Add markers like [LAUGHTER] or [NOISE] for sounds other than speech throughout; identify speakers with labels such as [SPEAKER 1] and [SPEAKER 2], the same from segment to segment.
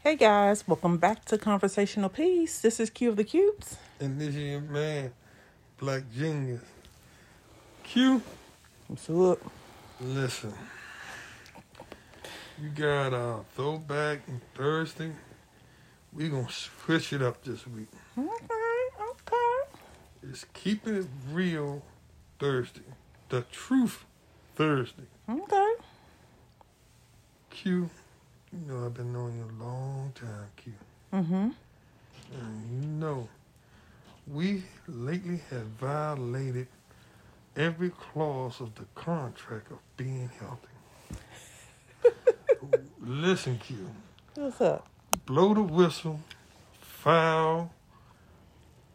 [SPEAKER 1] Hey guys, welcome back to Conversational Peace. This is Q of the Cubes.
[SPEAKER 2] And this is your man, Black Genius. Q,
[SPEAKER 1] What's up?
[SPEAKER 2] listen. You got uh, throwback and Thursday. We gonna switch it up this week.
[SPEAKER 1] Okay, okay.
[SPEAKER 2] It's keeping it real Thursday. The truth Thursday.
[SPEAKER 1] Okay.
[SPEAKER 2] Q, you know I've been knowing you a long time, Q.
[SPEAKER 1] Mm-hmm.
[SPEAKER 2] And you know, we lately have violated every clause of the contract of being healthy. [LAUGHS] Listen, Q.
[SPEAKER 1] What's up?
[SPEAKER 2] Blow the whistle, foul.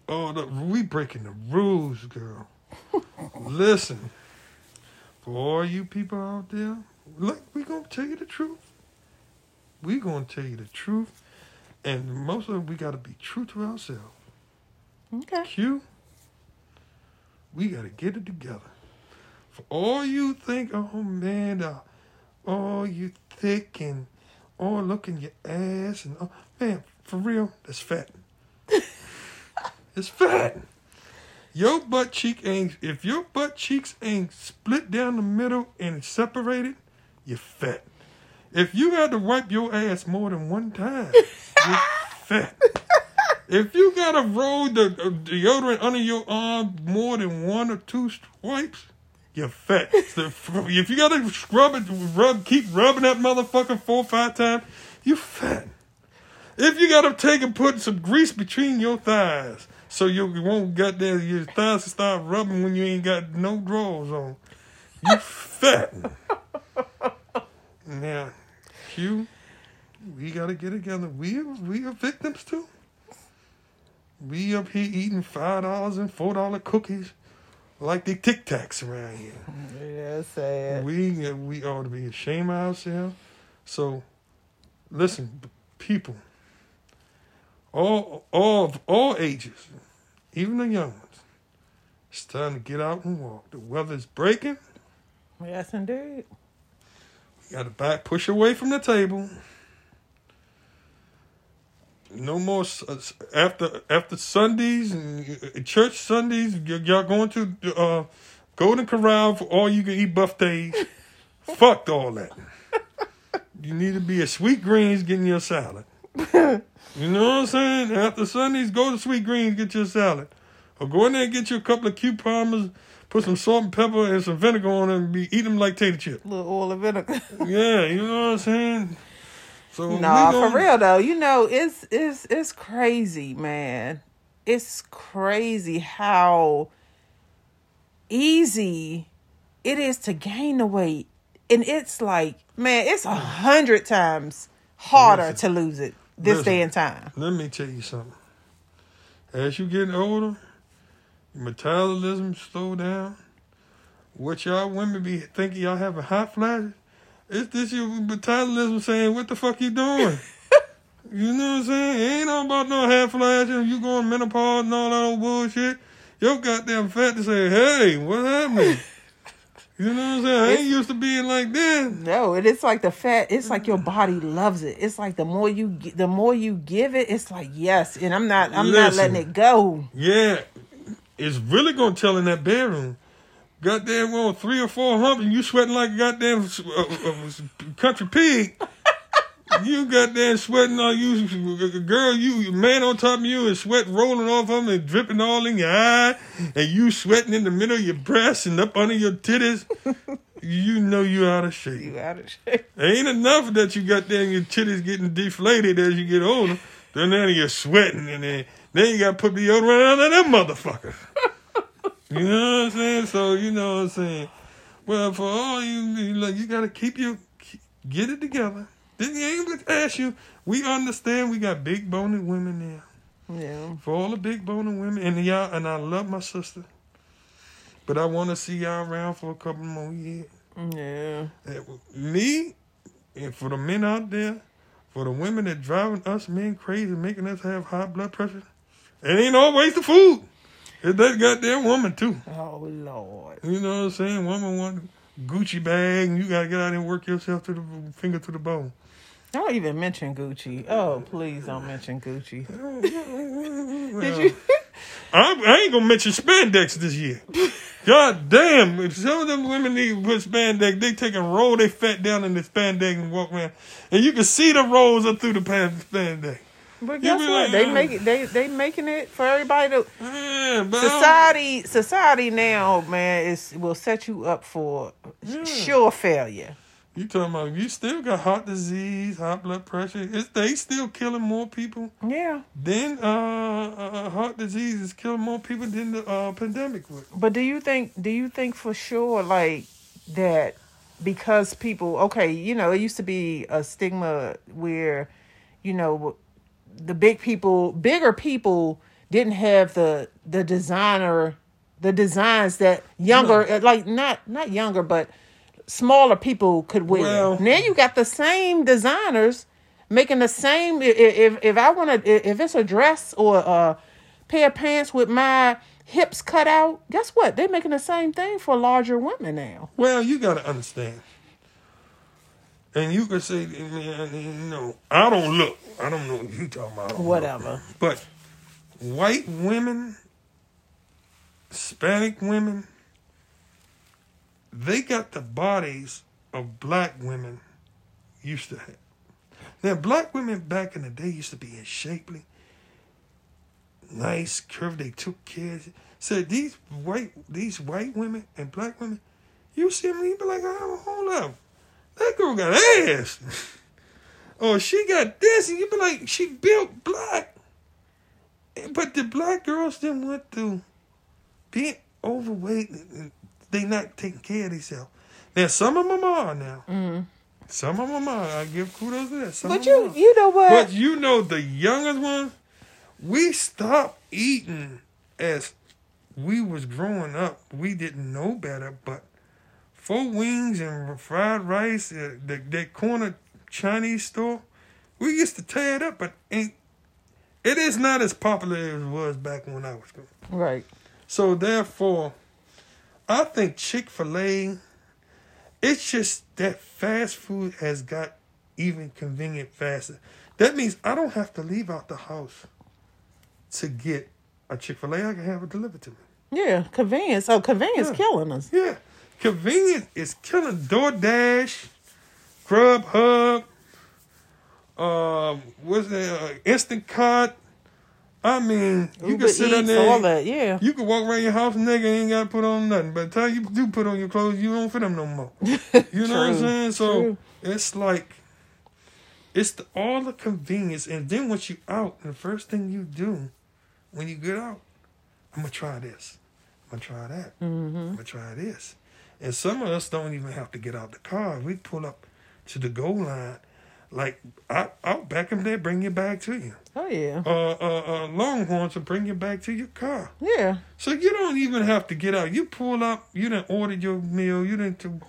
[SPEAKER 2] Oh, the, we breaking the rules, girl. [LAUGHS] Listen, for all you people out there, look, we gonna tell you the truth. We gonna tell you the truth, and most of it, we gotta be true to ourselves.
[SPEAKER 1] Okay.
[SPEAKER 2] Q, we gotta get it together. For all you think, oh man, uh, oh you thick and oh look in your ass and oh man, for real, that's fat. [LAUGHS] it's fat. Your butt cheek ain't if your butt cheeks ain't split down the middle and separated, you're fat. If you had to wipe your ass more than one time, you're fat. If you gotta roll the uh, deodorant under your arm more than one or two swipes, you're fat. So if if you gotta scrub it, rub, keep rubbing that motherfucker four or five times, you fat. If you gotta take and put some grease between your thighs, so you you won't get there, your thighs will start rubbing when you ain't got no drawers on, you fat. now, Q, we gotta get together. We are, we are victims too. We up here eating five dollars and four dollar cookies, like the Tic Tacs around here.
[SPEAKER 1] Yeah, sad.
[SPEAKER 2] We uh, we ought to be ashamed of ourselves. So, listen, b- people, all all of all ages, even the young ones, it's time to get out and walk. The weather's breaking.
[SPEAKER 1] Yes, indeed.
[SPEAKER 2] You got to back push away from the table. No more s- uh, s- after after Sundays and uh, church Sundays. y- Y'all going to uh, Golden Corral for all you can eat buffets. Fucked all that. You need to be at Sweet Greens getting your salad. You know what I'm saying? After Sundays, go to Sweet Greens get your salad, or go in there and get you a couple of cucumbers, put some salt and pepper and some vinegar on them, and be eating them like tater chips.
[SPEAKER 1] little oil of vinegar. [LAUGHS]
[SPEAKER 2] Yeah, you know what I'm saying. So we
[SPEAKER 1] nah,
[SPEAKER 2] gon-
[SPEAKER 1] for real though, you know it's it's it's crazy, man. It's crazy how easy it is to gain the weight, and it's like, man, it's a hundred times harder to
[SPEAKER 2] Listen.
[SPEAKER 1] lose it this
[SPEAKER 2] Listen.
[SPEAKER 1] day and time.
[SPEAKER 2] Let me tell you something. As you getting older, your metabolism slow down. What y'all women be thinking y'all having hot flashes? It's this your metabolism saying, "What the fuck
[SPEAKER 1] [LAUGHS]
[SPEAKER 2] you doing?" you know what I'm saying? It ain't all about no hot flashes. You going menopause and all that old bullshit. Your goddamn fat to say, "Hey, what
[SPEAKER 1] [LAUGHS]
[SPEAKER 2] happened?" you know what I'm saying? I ain't used to being like that.
[SPEAKER 1] No, and it's like the fat. It's like your body loves it. It's like the more you gi- the more you give it, it's like yes, and I'm not I'm not
[SPEAKER 2] Listen.
[SPEAKER 1] letting it go.
[SPEAKER 2] Yeah, it's really gonna tell in that bedroom. Goddamn, well, three or four humps, and you sweating like a goddamn uh, uh, country pig. [LAUGHS] you goddamn sweating on you, girl. You man on top of you, and sweat rolling off him and dripping all in your eye, and you sweating in the middle of your breasts and up under your titties. [LAUGHS] you know you out of shape.
[SPEAKER 1] You out of shape.
[SPEAKER 2] Ain't enough that you got there and your titties getting deflated as you get older. Then now you're sweating and then then you got to put deodorant on that motherfucker. [LAUGHS] you know what I'm saying? So you know what I'm saying. Well, for all you you like, you got to keep your keep- get it together. Then you ain't gonna ask you. We understand we got big boned women now.
[SPEAKER 1] Yeah.
[SPEAKER 2] For all the big boned women and y'all and I love my sister, but I want to see y'all around for a couple more years.
[SPEAKER 1] Yeah.
[SPEAKER 2] That w- me and for the men out there, for the women that driving us men crazy, making us have high blood pressure, it ain't always the food. It's that goddamn woman too.
[SPEAKER 1] Oh Lord.
[SPEAKER 2] You know what I'm saying? Woman want Gucci bag, and you gotta get out there and work yourself to the finger to the bone.
[SPEAKER 1] Don't even mention Gucci. Oh, please don't mention Gucci.
[SPEAKER 2] Did
[SPEAKER 1] Did you? [LAUGHS]
[SPEAKER 2] I, I ain't gonna mention spandex this year. God damn! If some of them women need to put spandex, they take and roll their fat down in the spandex and walk around, and you can see the rolls up through the pan- spandex.
[SPEAKER 1] But guess
[SPEAKER 2] be
[SPEAKER 1] what?
[SPEAKER 2] like,
[SPEAKER 1] they
[SPEAKER 2] "Mm."
[SPEAKER 1] make it. They they making it for everybody to.
[SPEAKER 2] Yeah, but I don't-
[SPEAKER 1] Society, society now, man, is will set you up for sure failure.
[SPEAKER 2] You talking about you still got heart disease, high blood pressure? Is they still killing more people
[SPEAKER 1] Yeah,
[SPEAKER 2] than uh, uh heart disease is killing more people than the uh, pandemic was?
[SPEAKER 1] but do you think? Do you think for sure, like that, because people? Okay, you know, it used to be a stigma where, you know, the big people, bigger people, didn't have the the designer, the designs that younger, like not not younger, but smaller people could wear.
[SPEAKER 2] Well-
[SPEAKER 1] now you got the same designers making the same. i- i- If if I want to, if it's a dress or a pair of pants with my hips cut out, guess what? They're making the same thing for larger women now.
[SPEAKER 2] Well, you got to understand. And you could say, "Man, no, I don't look. I don't know what you talking about. I don't
[SPEAKER 1] Whatever.
[SPEAKER 2] look." But white women, Hispanic women, they got the bodies of black women used to have. Now, black women back in the day used to be in shapely, nice, curvy. They took care. of it. So these white, these white women and black women, you see them, you be like, oh, hold up, that girl got ass, [LAUGHS] or she got this, and you be like, she built black. But the black girls then went through being overweight. and They not taking care of themselves. Now some of them are now. Some of them are. I give kudos to that. Some
[SPEAKER 1] But
[SPEAKER 2] of 'em
[SPEAKER 1] you
[SPEAKER 2] are.
[SPEAKER 1] you know what?
[SPEAKER 2] But you know, the youngest ones, we stopped eating as we was growing up. We didn't know better, but four wings and fried rice at the, that corner Chinese store, we used to tear it up, but ain't, it is not as popular as it was back when I was growing
[SPEAKER 1] Right.
[SPEAKER 2] so therefore, I think Chick Fil A. It's just that fast food has got even convenient faster. That means I don't have to leave out the house to get a Chick Fil A. I can have it delivered to me.
[SPEAKER 1] Yeah, convenience. Oh, convenience
[SPEAKER 2] Yeah.
[SPEAKER 1] killing us.
[SPEAKER 2] Yeah, convenience is killing DoorDash, Grubhub, um, what's that? Uh, Instant Card. I mean, you
[SPEAKER 1] Uber
[SPEAKER 2] can sit in
[SPEAKER 1] Eats,
[SPEAKER 2] there.
[SPEAKER 1] all that. Yeah.
[SPEAKER 2] You can walk around your house nigga and ain't gotta put on nothing. By the time you do put on your clothes, you don't fit them
[SPEAKER 1] [LAUGHS]
[SPEAKER 2] no more. You know what I'm
[SPEAKER 1] True,
[SPEAKER 2] saying? So
[SPEAKER 1] true.
[SPEAKER 2] it's like it's the, all the convenience, and then once you out, the first thing you do when you get out, I'm gonna try this, I'm gonna try that,
[SPEAKER 1] Mm-hmm.
[SPEAKER 2] I'm gonna try this, and some of us don't even have to get out the car. We pull up to the goal line, like out, out back them there, bring your bag to you.
[SPEAKER 1] Oh yeah.
[SPEAKER 2] Uh, uh, uh, Longhorns will bring you back to your car.
[SPEAKER 1] Yeah.
[SPEAKER 2] So you don't even have to get out. You pull up, you done ordered your meal, you done to,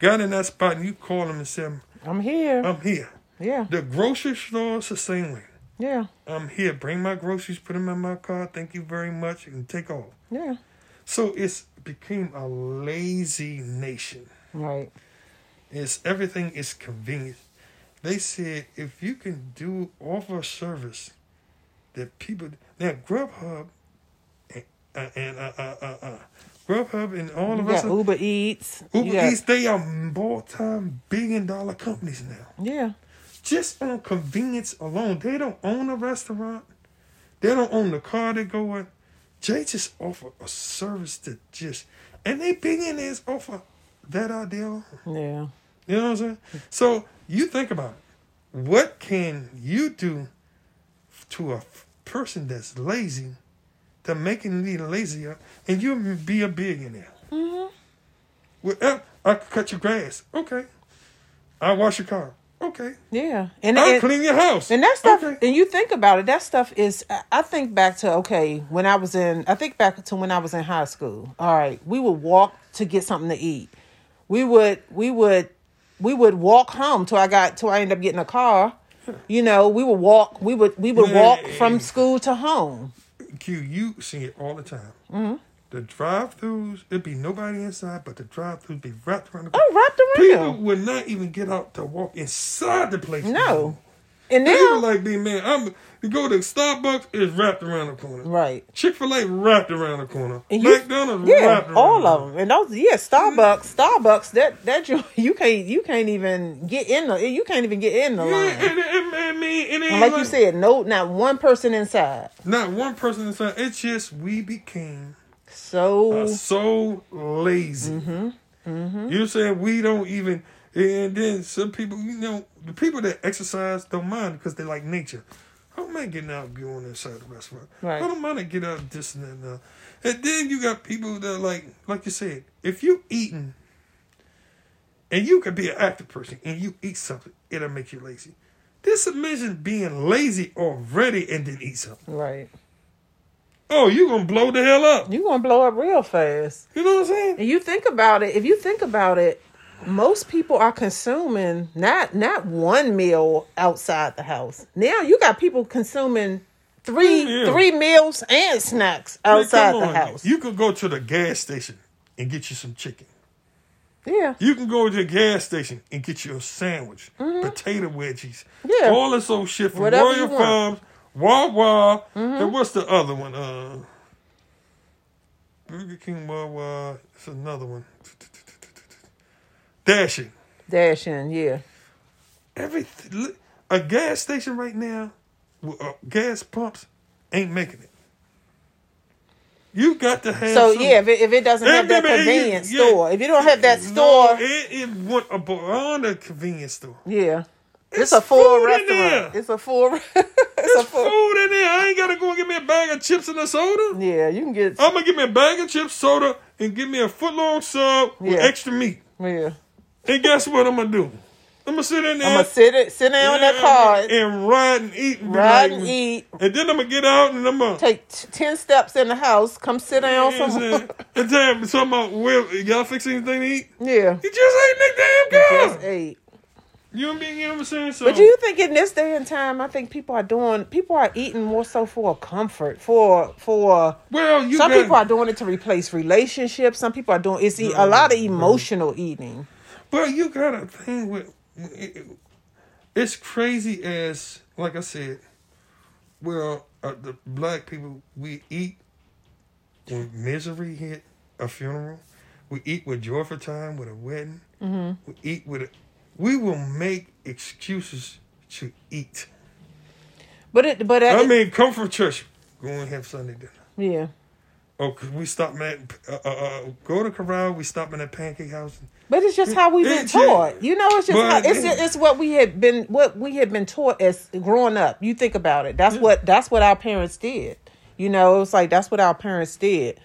[SPEAKER 2] got in that spot and you call them and say,
[SPEAKER 1] I'm here.
[SPEAKER 2] I'm here.
[SPEAKER 1] yeah.
[SPEAKER 2] The grocery store is the same way.
[SPEAKER 1] Yeah.
[SPEAKER 2] I'm here. Bring my groceries, put them in my car. Thank you very much, and take off.
[SPEAKER 1] Yeah.
[SPEAKER 2] So it's became a lazy nation.
[SPEAKER 1] Right.
[SPEAKER 2] It's everything is convenient. They said if you can do offer a service that people now Grubhub and uh, and uh, uh, uh, uh, Grubhub and all
[SPEAKER 1] You
[SPEAKER 2] of us
[SPEAKER 1] got Uber Eats. you
[SPEAKER 2] Uber
[SPEAKER 1] got-
[SPEAKER 2] Eats they are multi billion dollar companies now
[SPEAKER 1] Yeah.
[SPEAKER 2] just on convenience alone. They don't own a restaurant. They don't own the car they go in. They just offer a service that just and they billionaires offer that idea. alone.
[SPEAKER 1] Yeah.
[SPEAKER 2] You know what I'm saying? So you think about it. What can you do to a f- person that's lazy to make him even lazier and you be a billionaire? Mm-hmm. Well, eh, I could cut your grass. Okay. I wash your car. Okay.
[SPEAKER 1] Yeah. And
[SPEAKER 2] I'll
[SPEAKER 1] and-
[SPEAKER 2] clean your house.
[SPEAKER 1] And that stuff,
[SPEAKER 2] Okay.
[SPEAKER 1] and you think about it, that stuff is. I- I think back to okay when I was in. I think back to when I was in high school. All right, we would walk to get something to eat. We would, we would, we would walk home till I got till I end up getting a car. You know, we would walk. We would we would walk from
[SPEAKER 2] Man.
[SPEAKER 1] school to home. Mm-hmm.
[SPEAKER 2] Q, you see it all the time. The drive-throughs, it'd be nobody inside, but the drive-throughs be wrapped around the
[SPEAKER 1] Oh, wrapped
[SPEAKER 2] People
[SPEAKER 1] around.
[SPEAKER 2] would not even get out to walk inside the place.
[SPEAKER 1] No. And
[SPEAKER 2] They
[SPEAKER 1] now,
[SPEAKER 2] were like, "Be man, I'm to go to Starbucks is wrapped around the corner.
[SPEAKER 1] right.
[SPEAKER 2] Chick Fil A wrapped around the corner.
[SPEAKER 1] And you-
[SPEAKER 2] McDonald's
[SPEAKER 1] Yeah,
[SPEAKER 2] wrapped around
[SPEAKER 1] all
[SPEAKER 2] the corner.
[SPEAKER 1] of them, and those yeah, Starbucks, Starbucks. That that you [LAUGHS] you can't you can't even get in the you can't even get in the
[SPEAKER 2] Yeah,
[SPEAKER 1] line.
[SPEAKER 2] and, and, and, mean, it ain't
[SPEAKER 1] And like you said, no, not one person inside.
[SPEAKER 2] not one person inside. It's just we became
[SPEAKER 1] So
[SPEAKER 2] uh, so lazy. You know what I'm saying? We don't even. And then some people, you know, the people that exercise don't mind because they like nature. I don't mind getting out, going inside the restaurant.
[SPEAKER 1] Right.
[SPEAKER 2] I don't mind to get out, this and that. And, that. and then you got people that like, like you said, if you eating, and you could be an active person and you eat something, it'll make you lazy. This imagine being lazy already and then eat something.
[SPEAKER 1] right,
[SPEAKER 2] Oh, you gonna blow the hell up.
[SPEAKER 1] you gonna blow up real fast.
[SPEAKER 2] You know what I'm saying?
[SPEAKER 1] And you think about it, if you think about it, most people are consuming not not one meal outside the house. Now you got people consuming three
[SPEAKER 2] Three meals.
[SPEAKER 1] three meals and snacks
[SPEAKER 2] Man,
[SPEAKER 1] outside
[SPEAKER 2] come
[SPEAKER 1] the
[SPEAKER 2] on.
[SPEAKER 1] house.
[SPEAKER 2] You could go to the gas station and get you some chicken.
[SPEAKER 1] yeah.
[SPEAKER 2] You can go to the gas station and get you a sandwich, potato wedgies,
[SPEAKER 1] Mm-hmm. Yeah.
[SPEAKER 2] all this old shit from
[SPEAKER 1] Whatever you Mm-hmm.
[SPEAKER 2] Royal Farms, Wawa, and what's the other one? Uh, Burger King, Wawa. It's another one. Dashing.
[SPEAKER 1] Dashing, yeah.
[SPEAKER 2] Everything. look, A gas station right now, with, uh, gas pumps ain't making it. You got to have.
[SPEAKER 1] So
[SPEAKER 2] some-
[SPEAKER 1] yeah, if it, if it doesn't have that
[SPEAKER 2] Everybody-
[SPEAKER 1] convenience
[SPEAKER 2] yeah.
[SPEAKER 1] store, if you don't have that
[SPEAKER 2] No,
[SPEAKER 1] store,
[SPEAKER 2] it, it went above the convenience store.
[SPEAKER 1] yeah, it's,
[SPEAKER 2] It's
[SPEAKER 1] a full
[SPEAKER 2] food in
[SPEAKER 1] restaurant.
[SPEAKER 2] there.
[SPEAKER 1] It's a full. [LAUGHS] it's, a
[SPEAKER 2] There's
[SPEAKER 1] full.
[SPEAKER 2] food in there. I ain't gotta go and get me a bag of chips and a soda.
[SPEAKER 1] Yeah, you can get.
[SPEAKER 2] I'm gonna get me a bag of chips, soda, and give me a foot long sub with
[SPEAKER 1] Yeah.
[SPEAKER 2] extra meat.
[SPEAKER 1] yeah,
[SPEAKER 2] And guess what I'm gonna do? I'm gonna sit in there.
[SPEAKER 1] I'm gonna sit it, sit down in that car,
[SPEAKER 2] and ride and eat and be
[SPEAKER 1] ride
[SPEAKER 2] like-
[SPEAKER 1] and eat,
[SPEAKER 2] And then I'm gonna get out and I'm gonna.
[SPEAKER 1] take t- ten steps in the house, come sit down
[SPEAKER 2] You know what I'm
[SPEAKER 1] somewhere.
[SPEAKER 2] saying? And tell me something about where y'all fix anything to eat.
[SPEAKER 1] [LAUGHS] Yeah,
[SPEAKER 2] You just ain't nick damn
[SPEAKER 1] just
[SPEAKER 2] girl.
[SPEAKER 1] eight.
[SPEAKER 2] You know what I mean? You know what I'm saying? So,
[SPEAKER 1] But do you think in this day and time, I think people are doing, people are eating more so for comfort, for for.
[SPEAKER 2] well, you
[SPEAKER 1] some
[SPEAKER 2] got,
[SPEAKER 1] people are doing it to replace relationships. Some people are doing it's e- a lot of emotional eating.
[SPEAKER 2] But you got a thing with it's crazy as like I said. Well, uh, the black people we eat when misery hit a funeral. We eat with joy for time with a wedding.
[SPEAKER 1] Mm-hmm.
[SPEAKER 2] We eat with a, we will make excuses to eat.
[SPEAKER 1] But it, but at,
[SPEAKER 2] I mean, come from church, go and have Sunday dinner.
[SPEAKER 1] yeah,
[SPEAKER 2] Oh, 'cause we stopping at uh, uh, uh, go to Corral. We stopping at Pancake House.
[SPEAKER 1] but it's just how we've been
[SPEAKER 2] It's-
[SPEAKER 1] taught. You know, it's just how,
[SPEAKER 2] But-
[SPEAKER 1] it's it's what we had been what we had been taught as growing up. You think about it. That's what that's what our parents did. You know, it's like that's what our parents did.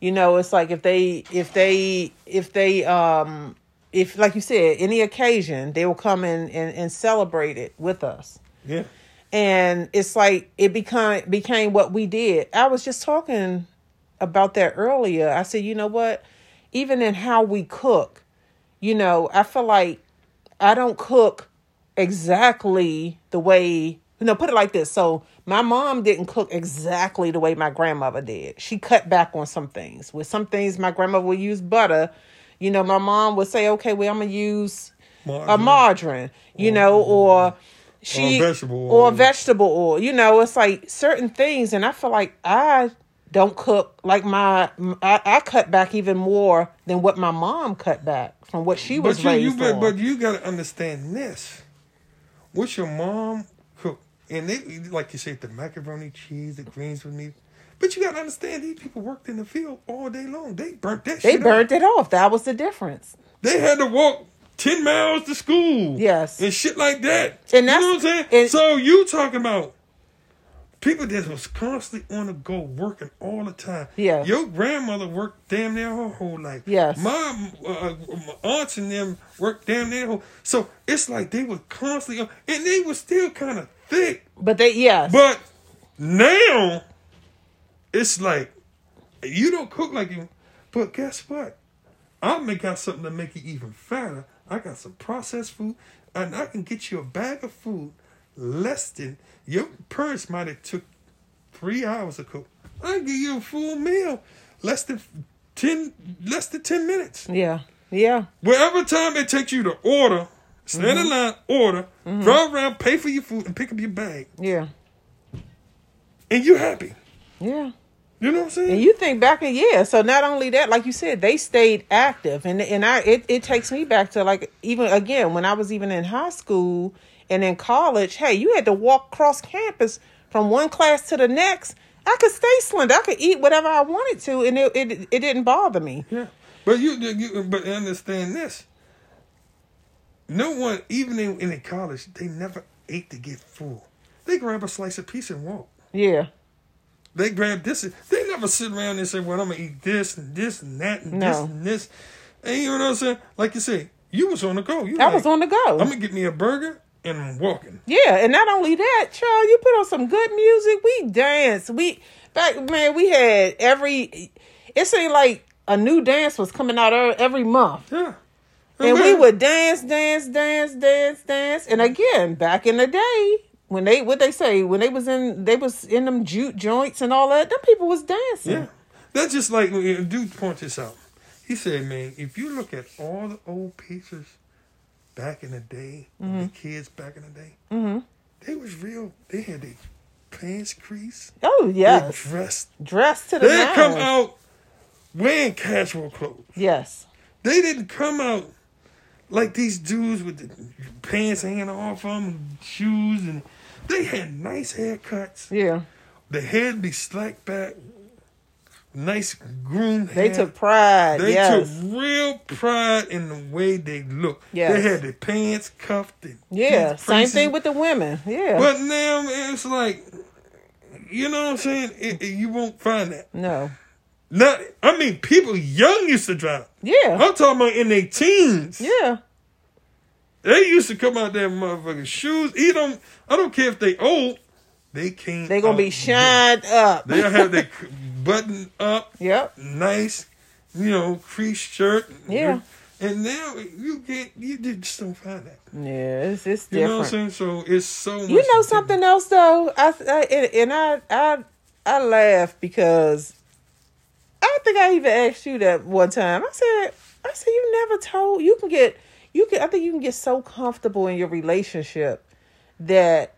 [SPEAKER 1] You know, it's like if they if they if they um if like you said, any occasion they will come in and, and celebrate it with us.
[SPEAKER 2] Yeah,
[SPEAKER 1] and it's like it become became what we did. I was just talking about that earlier. I said, you know what? Even in how we cook, you know, I feel like I don't cook exactly the way you know, put it like this. So my mom didn't cook exactly the way my grandmother did. She cut back on some things. With some things my grandmother would use butter. You know, my mom would say, Okay, well I'm gonna use a
[SPEAKER 2] Margarine.
[SPEAKER 1] margarine, you know, or she
[SPEAKER 2] vegetable
[SPEAKER 1] or
[SPEAKER 2] oil.
[SPEAKER 1] vegetable oil. You know, it's like certain things, and I feel like I don't cook like my I, I cut back even more than what my mom cut back from what she was
[SPEAKER 2] But you, you
[SPEAKER 1] raised
[SPEAKER 2] but,
[SPEAKER 1] on.
[SPEAKER 2] but you gotta understand this. What's your mom cook? And they like you said, the macaroni, cheese, the greens with meat. But you gotta understand these people worked in the field all day long. They burnt that
[SPEAKER 1] they
[SPEAKER 2] shit.
[SPEAKER 1] burned
[SPEAKER 2] up.
[SPEAKER 1] it off. That was the difference.
[SPEAKER 2] They had to walk ten miles to school.
[SPEAKER 1] Yes.
[SPEAKER 2] And shit like that.
[SPEAKER 1] And
[SPEAKER 2] you
[SPEAKER 1] that's-
[SPEAKER 2] know what I'm saying?
[SPEAKER 1] and-
[SPEAKER 2] so you talking about people that was constantly on the go working all the time.
[SPEAKER 1] Yeah.
[SPEAKER 2] Your grandmother worked damn near her whole life.
[SPEAKER 1] Yes.
[SPEAKER 2] My, uh, my aunts and them worked damn near whole. So it's like they were constantly on, and they were still kind of thick.
[SPEAKER 1] But they yes,
[SPEAKER 2] But now it's like you don't cook like you. But guess what? I make out something to make you even fatter. I got some processed food, and I can get you a bag of food less than your parents might have took three hours to cook. I can give you a full meal less than ten less than ten minutes.
[SPEAKER 1] Yeah. Yeah.
[SPEAKER 2] Wherever time it takes you to order, stand in line, order, drive around, pay for your food, and pick up your bag,
[SPEAKER 1] Yeah.
[SPEAKER 2] and you're happy.
[SPEAKER 1] Yeah.
[SPEAKER 2] You know what I'm saying?
[SPEAKER 1] And you think back and yeah, so not only that, like you said, they stayed active, and and I it, it takes me back to like even again when I was even in high school and in college. Hey, you had to walk across campus from one class to the next. I could stay slender. I could eat whatever I wanted to, and it it, it didn't bother me.
[SPEAKER 2] yeah. But you, you, but understand this. No one, even in, in college, they never ate to get full. They grab a slice of pizza and walk.
[SPEAKER 1] Yeah,
[SPEAKER 2] They grab this. and- They never sit around and say, "Well, I'm gonna eat this and this and that and this
[SPEAKER 1] No.
[SPEAKER 2] and this." And you know what I'm saying? Like you said, you was on the go. You
[SPEAKER 1] I was on the go.
[SPEAKER 2] I'm gonna get me a burger and I'm walking.
[SPEAKER 1] Yeah, and not only that, child, you put on some good music. We danced. We back man, we had every. It seemed like a new dance was coming out e- every month,
[SPEAKER 2] Yeah.
[SPEAKER 1] and we
[SPEAKER 2] Mm-hmm.
[SPEAKER 1] would dance, dance, dance, dance, dance. And again, back in the day, when they what they say when they was in they was in them jute joints and all that, them people was dancing.
[SPEAKER 2] Yeah. That's just like a dude pointed this out. He said, man, if you look at all the old pictures back in the day, of the
[SPEAKER 1] Mm-hmm.
[SPEAKER 2] kids back in the day, they was real. They had their pants creased.
[SPEAKER 1] Oh
[SPEAKER 2] They
[SPEAKER 1] yes,
[SPEAKER 2] dressed.
[SPEAKER 1] dressed to the
[SPEAKER 2] They didn't come
[SPEAKER 1] nines.
[SPEAKER 2] out wearing casual clothes.
[SPEAKER 1] Yes,
[SPEAKER 2] They didn't come out like these dudes with the pants hanging off them, shoes, and they had nice haircuts.
[SPEAKER 1] yeah,
[SPEAKER 2] The head be slack back, nice groomed
[SPEAKER 1] they
[SPEAKER 2] hair.
[SPEAKER 1] took pride.
[SPEAKER 2] They
[SPEAKER 1] yes,
[SPEAKER 2] took real pride in the way they look. They
[SPEAKER 1] Yes.
[SPEAKER 2] had their pants cuffed. And
[SPEAKER 1] yeah,
[SPEAKER 2] teeth
[SPEAKER 1] same
[SPEAKER 2] creases.
[SPEAKER 1] thing with the women. Yeah,
[SPEAKER 2] But now it's like, you know what I'm saying? It, it- you won't find that.
[SPEAKER 1] no,
[SPEAKER 2] Not, I mean, people young used to drive.
[SPEAKER 1] yeah,
[SPEAKER 2] I'm talking about in their teens.
[SPEAKER 1] yeah.
[SPEAKER 2] They used to come out their motherfucking shoes. Eat them. I don't care if they old. They can't.
[SPEAKER 1] They gonna be
[SPEAKER 2] outdo-
[SPEAKER 1] shined up.
[SPEAKER 2] They'll have their c- button up.
[SPEAKER 1] Yep.
[SPEAKER 2] nice, you know, creased shirt.
[SPEAKER 1] Yeah.
[SPEAKER 2] And now you get you just don't find that.
[SPEAKER 1] Yeah, it's, it's
[SPEAKER 2] You know what I'm
[SPEAKER 1] different.
[SPEAKER 2] saying? So it's so much
[SPEAKER 1] You know something else though. I, I and and I I I laugh because I think I even asked you that one time. I said I said you never told you can get you can I think you can get so comfortable in your relationship that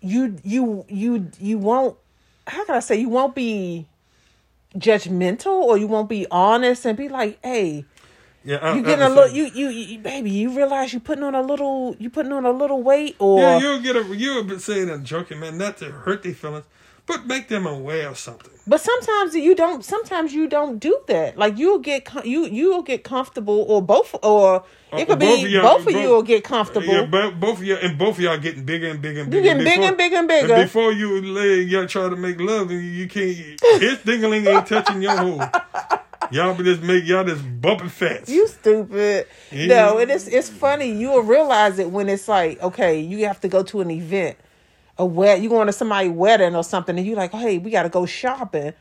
[SPEAKER 1] you you you you won't how can I say you won't be judgmental or you won't be honest and be like, hey,
[SPEAKER 2] Yeah, I-
[SPEAKER 1] you
[SPEAKER 2] I
[SPEAKER 1] getting a
[SPEAKER 2] understand.
[SPEAKER 1] little you, you you baby you realize you putting on a little you putting on a little weight or
[SPEAKER 2] Yeah, you'll get a you'll be saying and joking, man, not to hurt their feelings, but make them aware of something.
[SPEAKER 1] but sometimes you don't sometimes you don't do that like you'll get com- you you'll get comfortable or both or it could
[SPEAKER 2] Uh, both
[SPEAKER 1] be
[SPEAKER 2] of y'all-
[SPEAKER 1] both of
[SPEAKER 2] both-
[SPEAKER 1] you will get comfortable
[SPEAKER 2] Yeah, but both of y'all and both of y'all getting bigger and bigger and bigger.
[SPEAKER 1] You're getting bigger and bigger and bigger.
[SPEAKER 2] before you lay, y'all try to make love and you can't. His dingling ain't touching your hole.
[SPEAKER 1] [LAUGHS]
[SPEAKER 2] Y'all be just make y'all just bumping fast.
[SPEAKER 1] you stupid no and it's it's funny you'll realize it when it's like okay you have to go to an event a wed you going to somebody's wedding or something and you like hey we gotta go shopping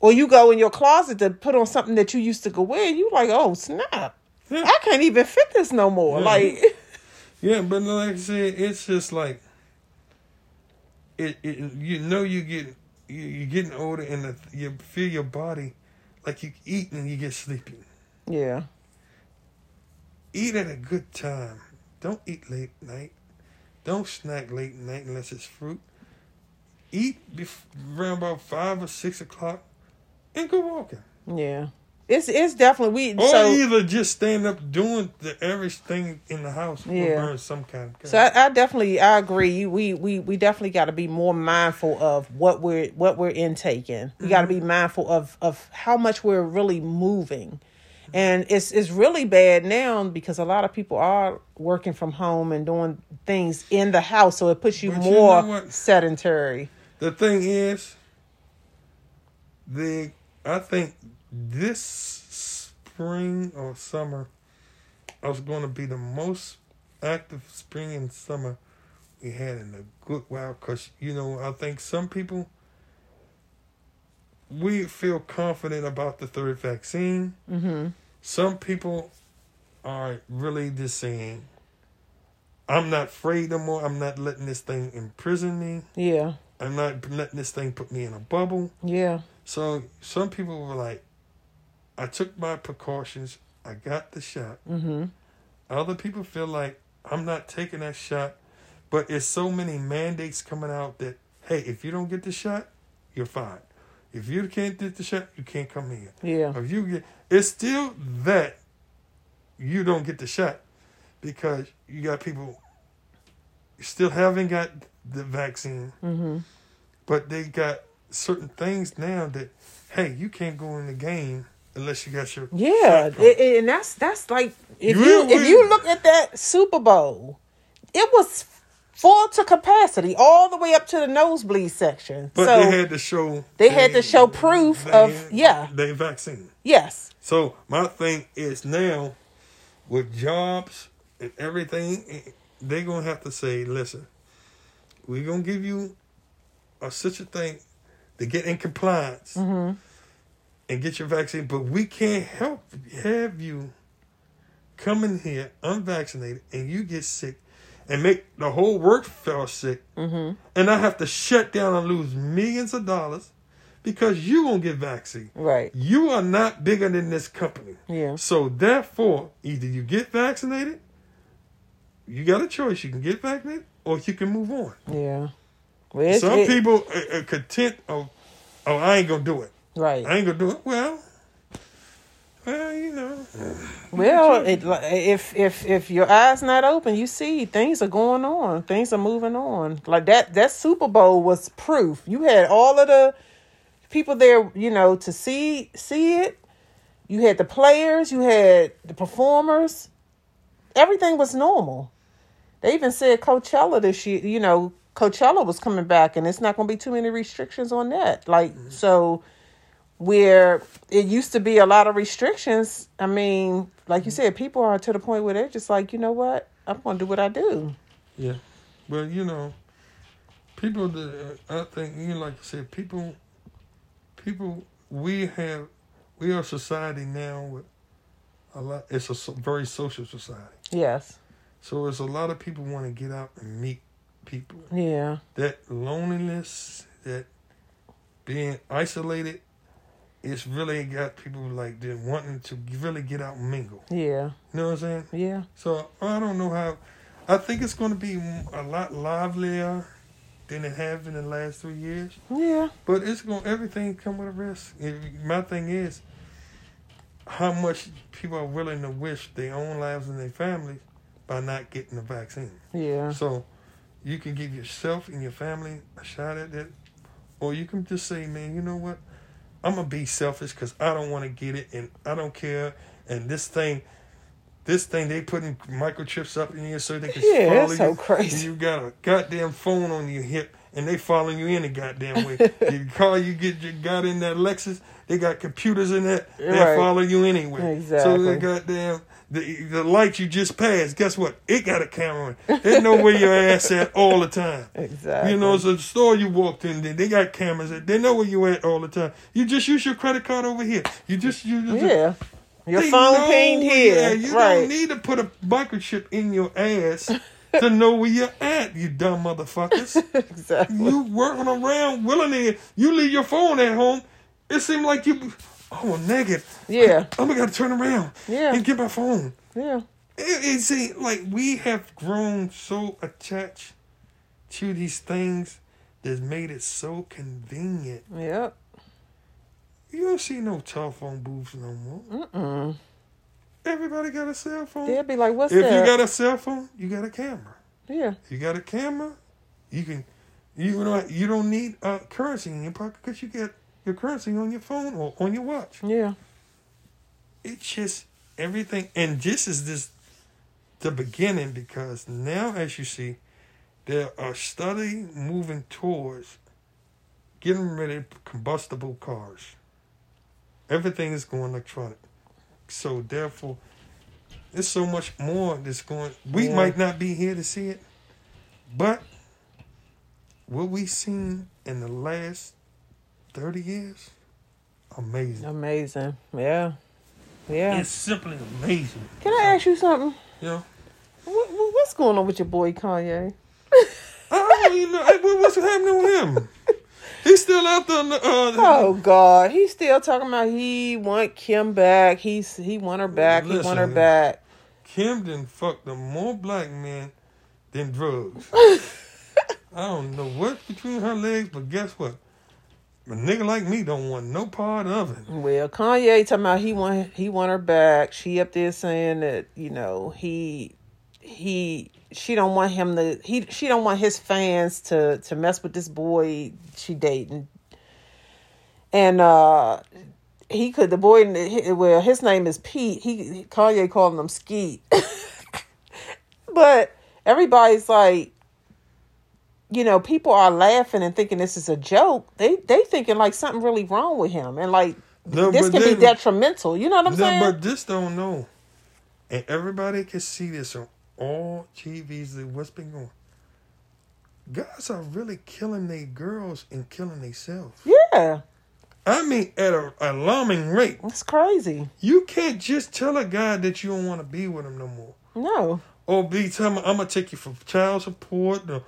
[SPEAKER 1] or you go in your closet to put on something that you used to go wear and you like oh snap
[SPEAKER 2] Yeah.
[SPEAKER 1] i can't even fit this no more
[SPEAKER 2] Yeah.
[SPEAKER 1] like [LAUGHS]
[SPEAKER 2] Yeah, but like I said, it's just like it. it you know, you get you, you're getting older, and the, you feel your body like you eat and you get sleepy.
[SPEAKER 1] yeah
[SPEAKER 2] Eat at a good time. Don't eat late night. Don't snack late night unless it's fruit. Eat bef- around about five or six o'clock, and go walking.
[SPEAKER 1] Yeah. It's it's definitely we
[SPEAKER 2] Or
[SPEAKER 1] so
[SPEAKER 2] either just stand up doing the everything in the house or
[SPEAKER 1] Yeah.
[SPEAKER 2] burn some kind of.
[SPEAKER 1] so I, I definitely I agree. We we we definitely got to be more mindful of what we're what we're intaking. We got to
[SPEAKER 2] Mm-hmm.
[SPEAKER 1] be mindful of of how much we're really moving. And it's it's really bad now because a lot of people are working from home and doing things in the house, so it puts you
[SPEAKER 2] But you
[SPEAKER 1] more
[SPEAKER 2] know what?
[SPEAKER 1] sedentary.
[SPEAKER 2] The thing is, the I think this spring or summer is going to be the most active spring and summer we had in a good while. Cause you know, I think some people we feel confident about the third vaccine.
[SPEAKER 1] Mm-hmm.
[SPEAKER 2] Some people are really just saying, "I'm not afraid no more. I'm not letting this thing imprison me."
[SPEAKER 1] Yeah.
[SPEAKER 2] I'm not letting this thing put me in a bubble.
[SPEAKER 1] Yeah.
[SPEAKER 2] So some people were like, I took my precautions, I got the shot.
[SPEAKER 1] Mm-hmm.
[SPEAKER 2] Other people feel like I'm not taking that shot, but it's so many mandates coming out that hey, if you don't get the shot, you're fine. If you can't get the shot, you can't come here.
[SPEAKER 1] Yeah.
[SPEAKER 2] If you get, it's still that you don't get the shot because you got people still haven't got the vaccine,
[SPEAKER 1] Mm-hmm.
[SPEAKER 2] but they got certain things now that hey, you can't go in the game unless you got your
[SPEAKER 1] Yeah,
[SPEAKER 2] shot.
[SPEAKER 1] it- it- and that's that's like if
[SPEAKER 2] You
[SPEAKER 1] you
[SPEAKER 2] will
[SPEAKER 1] if you
[SPEAKER 2] win.
[SPEAKER 1] look at that Super Bowl, it was full to capacity all the way up to the nosebleed section.
[SPEAKER 2] But
[SPEAKER 1] so
[SPEAKER 2] they had to show
[SPEAKER 1] they had to show proof of- yeah.
[SPEAKER 2] they vaccine.
[SPEAKER 1] yes,
[SPEAKER 2] So my thing is now with jobs and everything, they're gonna have to say, listen, we're gonna give you a such a thing to get in compliance and get your vaccine, but we can't help have you come in here unvaccinated and you get sick and make the whole workforce sick and I have to shut down and lose millions of dollars because you won't get vaccine.
[SPEAKER 1] right,
[SPEAKER 2] You are not bigger than this company.
[SPEAKER 1] yeah,
[SPEAKER 2] So therefore, either you get vaccinated, you got a choice. You can get vaccinated, or you can move on.
[SPEAKER 1] yeah. Well, it's-
[SPEAKER 2] Some
[SPEAKER 1] it-
[SPEAKER 2] people are, are content of, oh, I ain't gonna do it. I
[SPEAKER 1] right?
[SPEAKER 2] ain't gonna do it. Well, well, you know,
[SPEAKER 1] Well, it, li- if if if your eyes not open, you see things are going on, things are moving on. Like that that Super Bowl was proof. You had all of the people there, you know, to see see it. You had the players, you had the performers. Everything was normal. They even said Coachella this year, you know, Coachella was coming back and it's not going to be too many restrictions on that. Like so where it used to be a lot of restrictions, I mean, like you said, people are to the point where they're just like, you know what? I'm going to do what I do.
[SPEAKER 2] yeah. Well, you know, people that uh, I think you know, like I said, people, people, we have, we are society now with a lot. It's a so- very social society.
[SPEAKER 1] Yes.
[SPEAKER 2] So it's a lot of people want to get out and meet people.
[SPEAKER 1] Yeah.
[SPEAKER 2] That loneliness, that being isolated, it's really got people like that wanting to really get out and mingle.
[SPEAKER 1] Yeah.
[SPEAKER 2] You know what I'm saying?
[SPEAKER 1] Yeah.
[SPEAKER 2] So I don't know how. I think it's going to be a lot livelier than it have been in the last three years.
[SPEAKER 1] Yeah.
[SPEAKER 2] But it's going to everything come with a risk. And My thing is how much people are willing to risk their own lives and their families by not getting the vaccine.
[SPEAKER 1] Yeah.
[SPEAKER 2] So you can give yourself and your family a shot at it, or you can just say, man, you know what? I'm gonna be selfish because I don't want to get it, and I don't care. And this thing, this thing, they putting microchips up in here so they can
[SPEAKER 1] Yeah,
[SPEAKER 2] follow
[SPEAKER 1] that's
[SPEAKER 2] you.
[SPEAKER 1] so crazy.
[SPEAKER 2] And you got a goddamn phone on your hip, and they following you any
[SPEAKER 1] [LAUGHS]
[SPEAKER 2] goddamn way. you car you get you got in that Lexus, they got computers in that. They
[SPEAKER 1] Right.
[SPEAKER 2] follow you anyway. So
[SPEAKER 1] Exactly.
[SPEAKER 2] they goddamn the the light you just passed. Guess what? It got a camera. in it. They know where your ass at all the time.
[SPEAKER 1] [LAUGHS] Exactly.
[SPEAKER 2] You know, so the store you walked in, they, they got cameras. At, they know where you at all the time. You just use your credit card over here. You just use
[SPEAKER 1] yeah. Your
[SPEAKER 2] They
[SPEAKER 1] phone
[SPEAKER 2] know
[SPEAKER 1] pinged
[SPEAKER 2] where
[SPEAKER 1] here.
[SPEAKER 2] you at. You
[SPEAKER 1] right.
[SPEAKER 2] don't need to put a microchip in your ass to know where you're at. You
[SPEAKER 1] [LAUGHS]
[SPEAKER 2] dumb motherfuckers.
[SPEAKER 1] [LAUGHS] exactly.
[SPEAKER 2] you working around willingly. You leave your phone at home. It seemed like you. Oh, negative.
[SPEAKER 1] Yeah.
[SPEAKER 2] Oh my God, turn around.
[SPEAKER 1] Yeah.
[SPEAKER 2] [LAUGHS] And get my phone.
[SPEAKER 1] Yeah.
[SPEAKER 2] It, it see, like we have grown so attached to these things that's made it so convenient.
[SPEAKER 1] Yep.
[SPEAKER 2] You don't see no telephone booths no more.
[SPEAKER 1] Mm. Mm-mm.
[SPEAKER 2] Everybody got a cell phone.
[SPEAKER 1] They'll be like, "What's
[SPEAKER 2] if
[SPEAKER 1] that?"
[SPEAKER 2] you got a cell phone, you got a camera.
[SPEAKER 1] yeah.
[SPEAKER 2] You got a camera, you can. You know you don't need uh, currency in your pocket because you get your currency on your phone or on your watch.
[SPEAKER 1] Yeah.
[SPEAKER 2] it's just everything and this is this the beginning because now as you see there are study moving towards getting rid of combustible cars everything is going electronic so therefore there's so much more that's going we
[SPEAKER 1] Yeah.
[SPEAKER 2] might not be here to see it but what we seen in the last 30 years amazing
[SPEAKER 1] Amazing. Yeah. Yeah.
[SPEAKER 2] it's simply amazing
[SPEAKER 1] Can I ask you something?
[SPEAKER 2] you know
[SPEAKER 1] What, what- what's going on with your boy Kanye?
[SPEAKER 2] I don't even know Hey, what, what's happening with him. He's still out there. on the, Uh,
[SPEAKER 1] [LAUGHS] Oh God, he's still talking about he want Kim back. He's he want her back. he want her
[SPEAKER 2] Listen.
[SPEAKER 1] back.
[SPEAKER 2] Kim done fucked up more black men than
[SPEAKER 1] [LAUGHS]
[SPEAKER 2] drugs. I don't know what's between her legs, but guess what? A nigga like me don't want no part of it.
[SPEAKER 1] Well, Kanye talking about he want he want her back. She up there saying that you know he he she don't want him to he she don't want his fans to to mess with this boy she dating. And uh he could the boy well his name is Pete. He Kanye calling him Skeet. [LAUGHS] but everybody's like you know, people are laughing and thinking this is a joke. They they thinking like something really wrong with him and like
[SPEAKER 2] No,
[SPEAKER 1] this
[SPEAKER 2] but
[SPEAKER 1] can be
[SPEAKER 2] then-
[SPEAKER 1] detrimental. You know what I'm
[SPEAKER 2] No,
[SPEAKER 1] saying?
[SPEAKER 2] but this don't know. And everybody can see this on all TVs that what's been going. Guys are really killing their girls and killing themselves.
[SPEAKER 1] yeah,
[SPEAKER 2] I mean, at an alarming rate.
[SPEAKER 1] it's crazy.
[SPEAKER 2] You can't just tell a guy that you don't want to be with him no more.
[SPEAKER 1] No,
[SPEAKER 2] Or be telling him, I'm going to take you for child support. Or,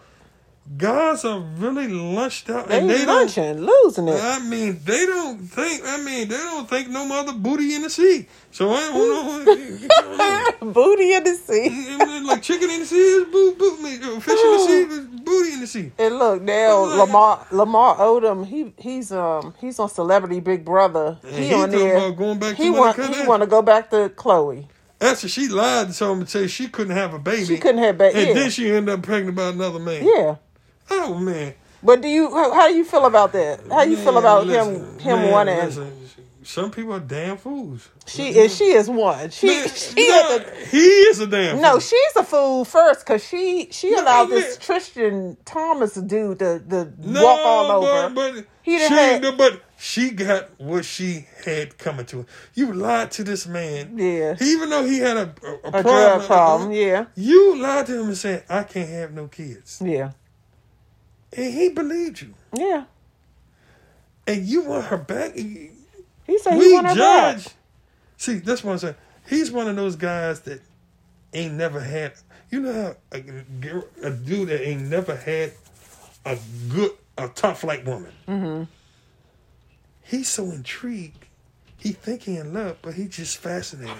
[SPEAKER 2] guys are really lunched out.
[SPEAKER 1] they,
[SPEAKER 2] and they don't.
[SPEAKER 1] lunching, losing it. [LAUGHS]
[SPEAKER 2] I mean, they don't think. I mean, they don't think no mother booty in the sea. So I don't
[SPEAKER 1] [LAUGHS]
[SPEAKER 2] know. I don't know.
[SPEAKER 1] Booty in the sea.
[SPEAKER 2] like chicken in the sea is boo boo me. uh, Fish in the sea is booty in the sea.
[SPEAKER 1] And look now, Lamar Lamar Odom. He he's um he's on Celebrity Big Brother.
[SPEAKER 2] And
[SPEAKER 1] he,
[SPEAKER 2] he
[SPEAKER 1] on
[SPEAKER 2] talking
[SPEAKER 1] there.
[SPEAKER 2] about going back
[SPEAKER 1] He
[SPEAKER 2] to
[SPEAKER 1] want
[SPEAKER 2] Monica
[SPEAKER 1] he
[SPEAKER 2] Lewinsky.
[SPEAKER 1] want to go back to Chloe.
[SPEAKER 2] After she lied to someone and say she couldn't have a baby.
[SPEAKER 1] She couldn't have back.
[SPEAKER 2] And
[SPEAKER 1] Yeah,
[SPEAKER 2] then she ended up pregnant by another man.
[SPEAKER 1] yeah.
[SPEAKER 2] Oh man.
[SPEAKER 1] But do you how, how do you feel about that? How you feel
[SPEAKER 2] Man,
[SPEAKER 1] about him
[SPEAKER 2] listen,
[SPEAKER 1] him
[SPEAKER 2] man,
[SPEAKER 1] wanting?
[SPEAKER 2] listen. Some people are damn fools.
[SPEAKER 1] She is. She is one. She.
[SPEAKER 2] Man,
[SPEAKER 1] she
[SPEAKER 2] no,
[SPEAKER 1] is a,
[SPEAKER 2] he is a damn
[SPEAKER 1] no.
[SPEAKER 2] fool.
[SPEAKER 1] She's a fool first because she she
[SPEAKER 2] No,
[SPEAKER 1] allowed
[SPEAKER 2] man.
[SPEAKER 1] this Tristan Thomas dude to the
[SPEAKER 2] No,
[SPEAKER 1] walk all over.
[SPEAKER 2] But, but
[SPEAKER 1] He
[SPEAKER 2] she,
[SPEAKER 1] done had-
[SPEAKER 2] no, but she got what she had coming to her. You lied to this man.
[SPEAKER 1] Yeah.
[SPEAKER 2] Even though he had a, a, a
[SPEAKER 1] a
[SPEAKER 2] problem,
[SPEAKER 1] drug problem. Yeah.
[SPEAKER 2] You lied to him and said, I can't have no kids.
[SPEAKER 1] Yeah.
[SPEAKER 2] And he believed you.
[SPEAKER 1] Yeah.
[SPEAKER 2] And you want her back. We
[SPEAKER 1] He said he want her
[SPEAKER 2] judge.
[SPEAKER 1] back.
[SPEAKER 2] See, that's what I'm saying. He's one of those guys that ain't never had. You know how a, girl- a dude that ain't never had a good, a top flight woman. Mm-hmm. He's so intrigued. He think he in love, but he just fascinated.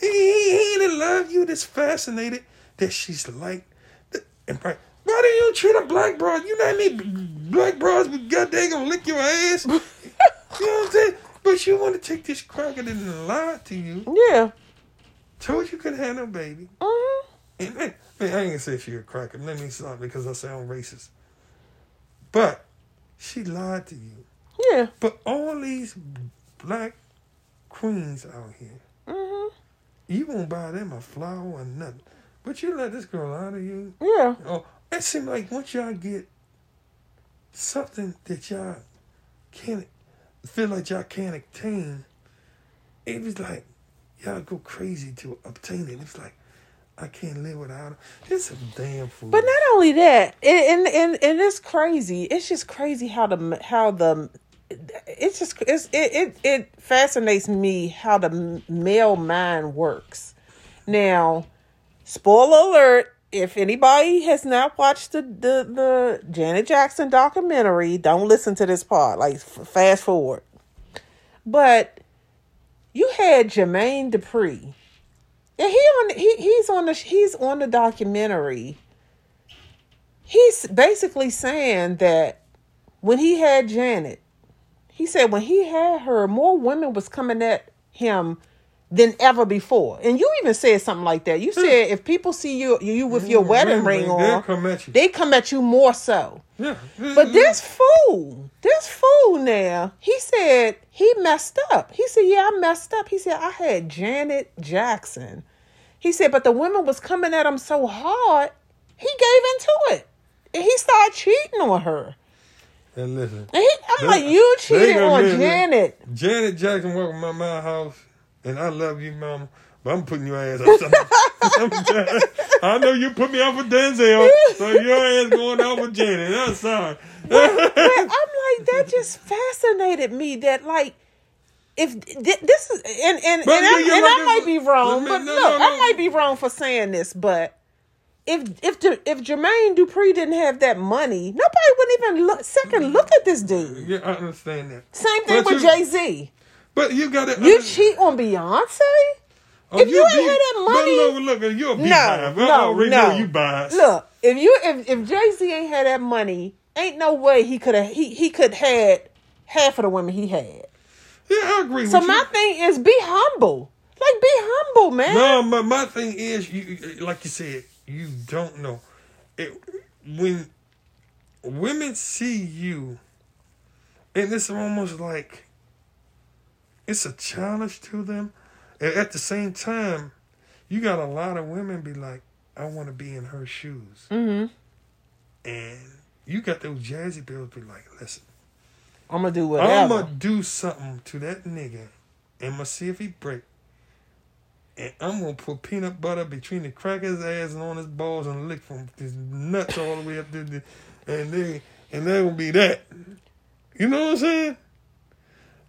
[SPEAKER 2] he, he he ain't in love. You just fascinated that she's like. And right, why do you treat a black broad? You know what I mean? Black broads, but goddamn, gonna lick your ass. you know what I'm saying? But you want to take this cracker that done lied to you,
[SPEAKER 1] Yeah.
[SPEAKER 2] told you couldn't have no baby.
[SPEAKER 1] Mhm.
[SPEAKER 2] And man, man, I ain't gonna say she a cracker. Let me stop because I sound racist. But she lied to you.
[SPEAKER 1] Yeah.
[SPEAKER 2] But all these black queens out here,
[SPEAKER 1] hmm
[SPEAKER 2] you won't buy them a flower or nothing. But you let this girl lie to you.
[SPEAKER 1] Yeah.
[SPEAKER 2] Oh, it seems like once y'all get something that y'all can't feel like y'all can't attain, it was like y'all go crazy to obtain it. It's like I can't live without it. It's a damn fool.
[SPEAKER 1] But not only that, and and and, and it's crazy. It's just crazy how the how the it's just it's, it it it fascinates me how the m- male mind works. Now, spoiler alert: if anybody has not watched the the, the Janet Jackson documentary, don't listen to this part. Like f- fast forward, but you had Jermaine Dupri. And he on he he's on the he's on the documentary he's basically saying that when he had Janet, he said when he had her, more women was coming at him than ever before. And you even said something like that.
[SPEAKER 2] Hmm.
[SPEAKER 1] You said if people see you you, you with your
[SPEAKER 2] Mm,
[SPEAKER 1] wedding
[SPEAKER 2] wedding
[SPEAKER 1] ring
[SPEAKER 2] ring, they'll
[SPEAKER 1] on,
[SPEAKER 2] come at you.
[SPEAKER 1] they come at you more so.
[SPEAKER 2] yeah.
[SPEAKER 1] But this fool, this fool now, he said he messed up. He said, Yeah, I messed up. He said, I had Janet Jackson. He said, but the women was coming at him so hard, he gave into it. And he started cheating on her.
[SPEAKER 2] and listen,
[SPEAKER 1] And he, I'm
[SPEAKER 2] They-
[SPEAKER 1] like, you
[SPEAKER 2] they
[SPEAKER 1] cheated
[SPEAKER 2] gonna
[SPEAKER 1] on
[SPEAKER 2] be in there.
[SPEAKER 1] Janet.
[SPEAKER 2] Janet Jackson walking by my house, and I love you, mama. But I'm putting your ass out. [LAUGHS] somewhere. I know you put me out for Denzel, so your ass going out for Janet. I'm sorry. [LAUGHS]
[SPEAKER 1] But I'm like, that just fascinated me that like if th- this is and and, and,
[SPEAKER 2] But
[SPEAKER 1] I'm-
[SPEAKER 2] you're
[SPEAKER 1] and
[SPEAKER 2] like
[SPEAKER 1] I
[SPEAKER 2] this-
[SPEAKER 1] might be wrong,
[SPEAKER 2] let me-
[SPEAKER 1] but
[SPEAKER 2] no,
[SPEAKER 1] look,
[SPEAKER 2] no,
[SPEAKER 1] I
[SPEAKER 2] no.
[SPEAKER 1] might be wrong for saying this, but if if J- if Jermaine Dupree didn't have that money, nobody would even look second look at this dude.
[SPEAKER 2] Yeah, I understand that.
[SPEAKER 1] Same thing
[SPEAKER 2] But
[SPEAKER 1] with
[SPEAKER 2] you-
[SPEAKER 1] Jay Z.
[SPEAKER 2] But you got to.
[SPEAKER 1] You cheat on Beyonce. if you ain't had that money-
[SPEAKER 2] but look, look, you're a
[SPEAKER 1] No,
[SPEAKER 2] beehive. I
[SPEAKER 1] no,
[SPEAKER 2] already
[SPEAKER 1] no.
[SPEAKER 2] know you biased.
[SPEAKER 1] Look, if you if if Jay Z ain't had that money, ain't no way he could have he he could had half of the women he had.
[SPEAKER 2] Yeah, I agree.
[SPEAKER 1] So
[SPEAKER 2] with
[SPEAKER 1] my
[SPEAKER 2] you.
[SPEAKER 1] thing is be humble. Like be humble, man.
[SPEAKER 2] No, my my thing is you like you said, you don't know. It when women see you and it's almost like it's a challenge to them. And at the same time, you got a lot of women be like, I wanna be in her shoes.
[SPEAKER 1] Mhm.
[SPEAKER 2] And you got those jazzy bills be like, listen,
[SPEAKER 1] I'm gonna do
[SPEAKER 2] I'ma
[SPEAKER 1] whatever.
[SPEAKER 2] do something to that nigga. I'ma see if he break. And I'm gonna put peanut butter between the crack his ass and on his balls and lick from his nuts all the way up to the and they and that gonna be that. You know what I'm saying?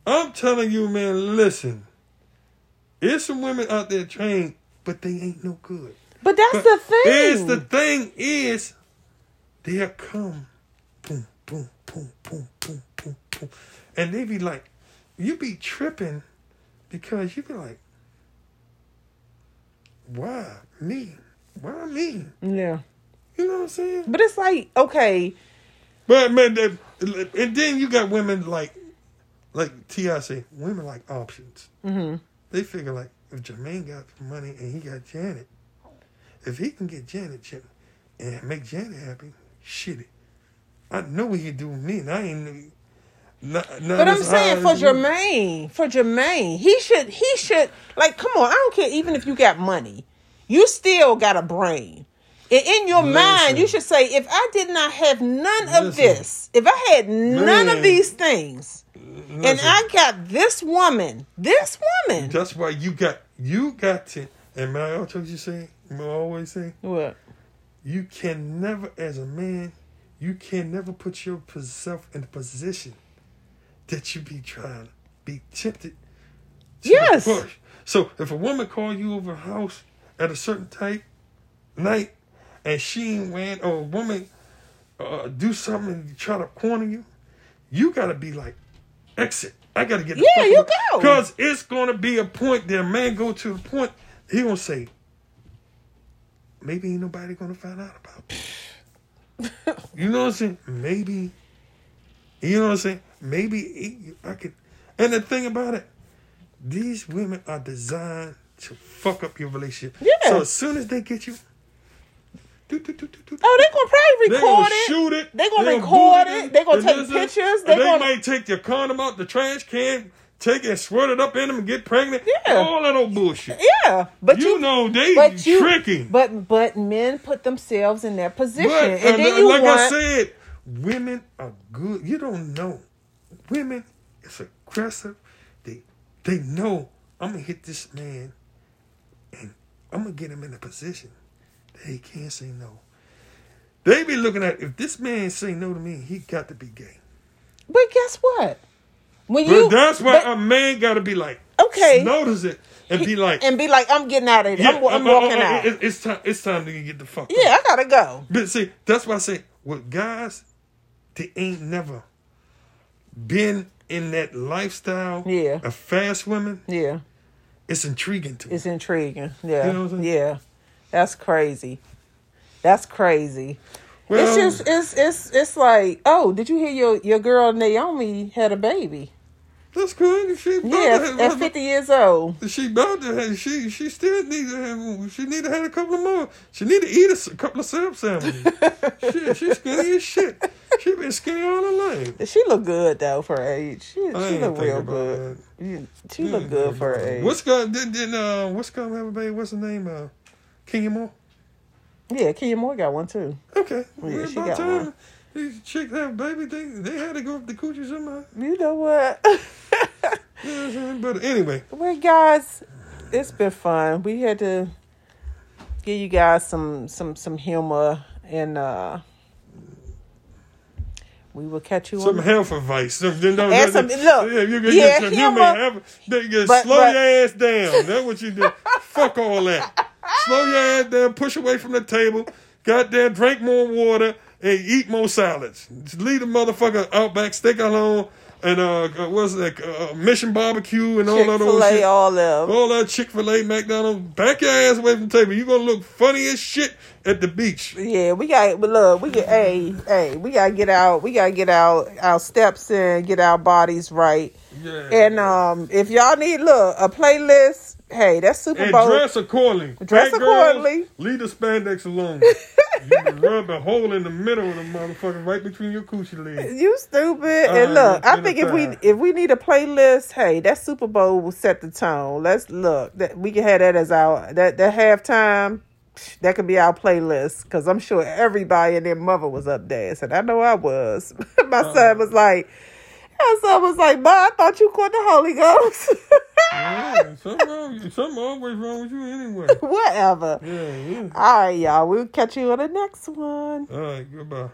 [SPEAKER 2] I'm telling you, man, listen. There's some women out there trained, but they ain't no good.
[SPEAKER 1] but that's
[SPEAKER 2] But
[SPEAKER 1] the thing.
[SPEAKER 2] Is the thing is, they'll come, boom, boom, boom, boom, boom, boom, boom, and they be like, you be tripping, because you be like, why me? Why me?
[SPEAKER 1] yeah.
[SPEAKER 2] You know what I'm saying?
[SPEAKER 1] But it's like, okay,
[SPEAKER 2] But man, they, and then you got women like, like Ti say, women like options.
[SPEAKER 1] mhm.
[SPEAKER 2] They figure like, if Jermaine got money and he got Janet, if he can get Janet Jan- and make Janet happy, shit it. I know what he do with me, and I ain't. Not, not
[SPEAKER 1] But I'm
[SPEAKER 2] as
[SPEAKER 1] saying for
[SPEAKER 2] high as you.
[SPEAKER 1] Jermaine, for Jermaine, he should he should like come on, I don't care even if you got money. You still got a brain. And in your mind,
[SPEAKER 2] Listen.
[SPEAKER 1] you should say, if I did not have none of
[SPEAKER 2] Listen.
[SPEAKER 1] this, if I had none of
[SPEAKER 2] Man.
[SPEAKER 1] these things, and
[SPEAKER 2] Listen,
[SPEAKER 1] I got this woman, this woman.
[SPEAKER 2] That's why you got you got to. And my also you say, I always say,
[SPEAKER 1] What?
[SPEAKER 2] you can never, as a man, you can never put yourself in a position that you be trying to be tempted. to
[SPEAKER 1] Yes.
[SPEAKER 2] push. So if a woman call you over her house at a certain type night, and she ain't wearing, or a woman uh, do something and try to corner you, you gotta be like, exit. I gotta get. the
[SPEAKER 1] Yeah,
[SPEAKER 2] fuck
[SPEAKER 1] you
[SPEAKER 2] away."
[SPEAKER 1] go.
[SPEAKER 2] Cause it's gonna be a point. That a man go to a point. He gonna say, maybe ain't nobody gonna find out about. This.
[SPEAKER 1] [LAUGHS]
[SPEAKER 2] you know what I'm saying? Maybe. You know what I'm saying? Maybe it, I could. And the thing about it, these women are designed to fuck up your relationship.
[SPEAKER 1] Yeah.
[SPEAKER 2] So as soon as they get you. do, do, do, do, do,
[SPEAKER 1] Oh, they're
[SPEAKER 2] they
[SPEAKER 1] gonna probably record
[SPEAKER 2] gonna
[SPEAKER 1] it.
[SPEAKER 2] shoot it.
[SPEAKER 1] They gonna
[SPEAKER 2] boot
[SPEAKER 1] record it. They gonna
[SPEAKER 2] And
[SPEAKER 1] take
[SPEAKER 2] this is-
[SPEAKER 1] pictures.
[SPEAKER 2] and
[SPEAKER 1] They
[SPEAKER 2] They,
[SPEAKER 1] gonna-
[SPEAKER 2] might take your condom out the trash can, take it and squirt it up in them and get pregnant.
[SPEAKER 1] Yeah.
[SPEAKER 2] All that old bullshit.
[SPEAKER 1] Yeah, but
[SPEAKER 2] you,
[SPEAKER 1] you,
[SPEAKER 2] know they
[SPEAKER 1] but you,
[SPEAKER 2] tricky.
[SPEAKER 1] but but men put themselves in that position,
[SPEAKER 2] But,
[SPEAKER 1] and
[SPEAKER 2] uh,
[SPEAKER 1] then you
[SPEAKER 2] like
[SPEAKER 1] want.
[SPEAKER 2] I said, women are good. You don't know. Women is aggressive. They they know I'm gonna hit this man and I'm gonna get him in a position that he can't say no. They be looking at if this man say no to me, he got to be gay.
[SPEAKER 1] but guess what? When
[SPEAKER 2] But that's why
[SPEAKER 1] but-
[SPEAKER 2] a man got to be like,
[SPEAKER 1] Okay.
[SPEAKER 2] notice it and be like,
[SPEAKER 1] and be like, I'm getting out of it. I'm, I'm
[SPEAKER 2] uh, uh, uh,
[SPEAKER 1] walking out.
[SPEAKER 2] it- It's time. It's time to get the fuck. out.
[SPEAKER 1] yeah, I gotta go.
[SPEAKER 2] But see, that's why I say with guys, they ain't never been in that lifestyle
[SPEAKER 1] Yeah.
[SPEAKER 2] of fast women.
[SPEAKER 1] Yeah,
[SPEAKER 2] It's intriguing to me.
[SPEAKER 1] it's intriguing. Yeah,
[SPEAKER 2] You know what I'm saying?
[SPEAKER 1] yeah, that's crazy. That's crazy.
[SPEAKER 2] Well-
[SPEAKER 1] it's just it's it's it's like oh did you hear your your girl Naomi had a baby
[SPEAKER 2] That's cool. She about to
[SPEAKER 1] yeah
[SPEAKER 2] have,
[SPEAKER 1] at fifty years old
[SPEAKER 2] She about to have. She she still needs to have. She need to have a couple of more. She need to eat a s- couple of
[SPEAKER 1] [LAUGHS]
[SPEAKER 2] sub sandwiches. shit, she's skinny as shit. She been skinny all her life.
[SPEAKER 1] she look good though for her age she, she
[SPEAKER 2] I ain't
[SPEAKER 1] look
[SPEAKER 2] thinking
[SPEAKER 1] real
[SPEAKER 2] about
[SPEAKER 1] good
[SPEAKER 2] that.
[SPEAKER 1] You- she look good for her age
[SPEAKER 2] What's going? Did, did uh? What's going to have a baby? What's the name? Uh, Kenya Moore.
[SPEAKER 1] yeah Kenya Moore got one too
[SPEAKER 2] Okay.
[SPEAKER 1] Yeah, she
[SPEAKER 2] about
[SPEAKER 1] got
[SPEAKER 2] time
[SPEAKER 1] one.
[SPEAKER 2] these chicks have baby, they they had to go up the coochie somehow.
[SPEAKER 1] you know what [LAUGHS]
[SPEAKER 2] You know what I'm saying? But anyway,
[SPEAKER 1] Well, guys, it's been fun. We had to give you guys some some some humor, and uh we will catch you
[SPEAKER 2] some
[SPEAKER 1] on.
[SPEAKER 2] health advice. Some, no, no,
[SPEAKER 1] And some-
[SPEAKER 2] yeah,
[SPEAKER 1] look,
[SPEAKER 2] you can
[SPEAKER 1] yeah,
[SPEAKER 2] get some human
[SPEAKER 1] humor,
[SPEAKER 2] health. They can
[SPEAKER 1] but-
[SPEAKER 2] slow
[SPEAKER 1] but- [LAUGHS]
[SPEAKER 2] your ass down. That's what you do. Fuck all that. Slow your ass down, push away from the table, goddamn, drink more water, and eat more salads. Just leave the motherfucker Outback Steak alone, and uh, what's that, uh, Mission Barbecue, and all that old
[SPEAKER 1] Chick-fil-A,
[SPEAKER 2] shit. Oh.
[SPEAKER 1] all them.
[SPEAKER 2] All that Chick fil A, McDonald's, back your ass away from the table. You're gonna look funny as shit at the beach.
[SPEAKER 1] Yeah, we got but look, we get hey, hey, we gotta get out we gotta get out our steps in, get our bodies right.
[SPEAKER 2] Yeah.
[SPEAKER 1] And um if y'all need look, a playlist, hey, that's Super
[SPEAKER 2] And
[SPEAKER 1] Bowl.
[SPEAKER 2] dress accordingly.
[SPEAKER 1] Dress
[SPEAKER 2] Fat girls,
[SPEAKER 1] accordingly.
[SPEAKER 2] leave the
[SPEAKER 1] [LAUGHS]
[SPEAKER 2] spandex alone. you can rub a hole in the middle of the motherfucker right between your
[SPEAKER 1] [LAUGHS]
[SPEAKER 2] coochie legs.
[SPEAKER 1] You stupid.
[SPEAKER 2] Uh,
[SPEAKER 1] and look, I
[SPEAKER 2] get
[SPEAKER 1] think
[SPEAKER 2] it
[SPEAKER 1] if we
[SPEAKER 2] back.
[SPEAKER 1] if we need a playlist, hey, that Super Bowl will set the tone. Let's look that we can have that as our that that halftime. psh, That could be our playlist because I'm sure everybody and their mother was up dancing. I know I was. [LAUGHS] My son was like, my son was like, "Ma, I thought you caught the Holy Ghost." [LAUGHS]
[SPEAKER 2] Yeah, something, wrong, something always wrong with you anyway.
[SPEAKER 1] Whatever.
[SPEAKER 2] Yeah, yeah.
[SPEAKER 1] All right, y'all. We'll catch you on the next one.
[SPEAKER 2] All right, goodbye.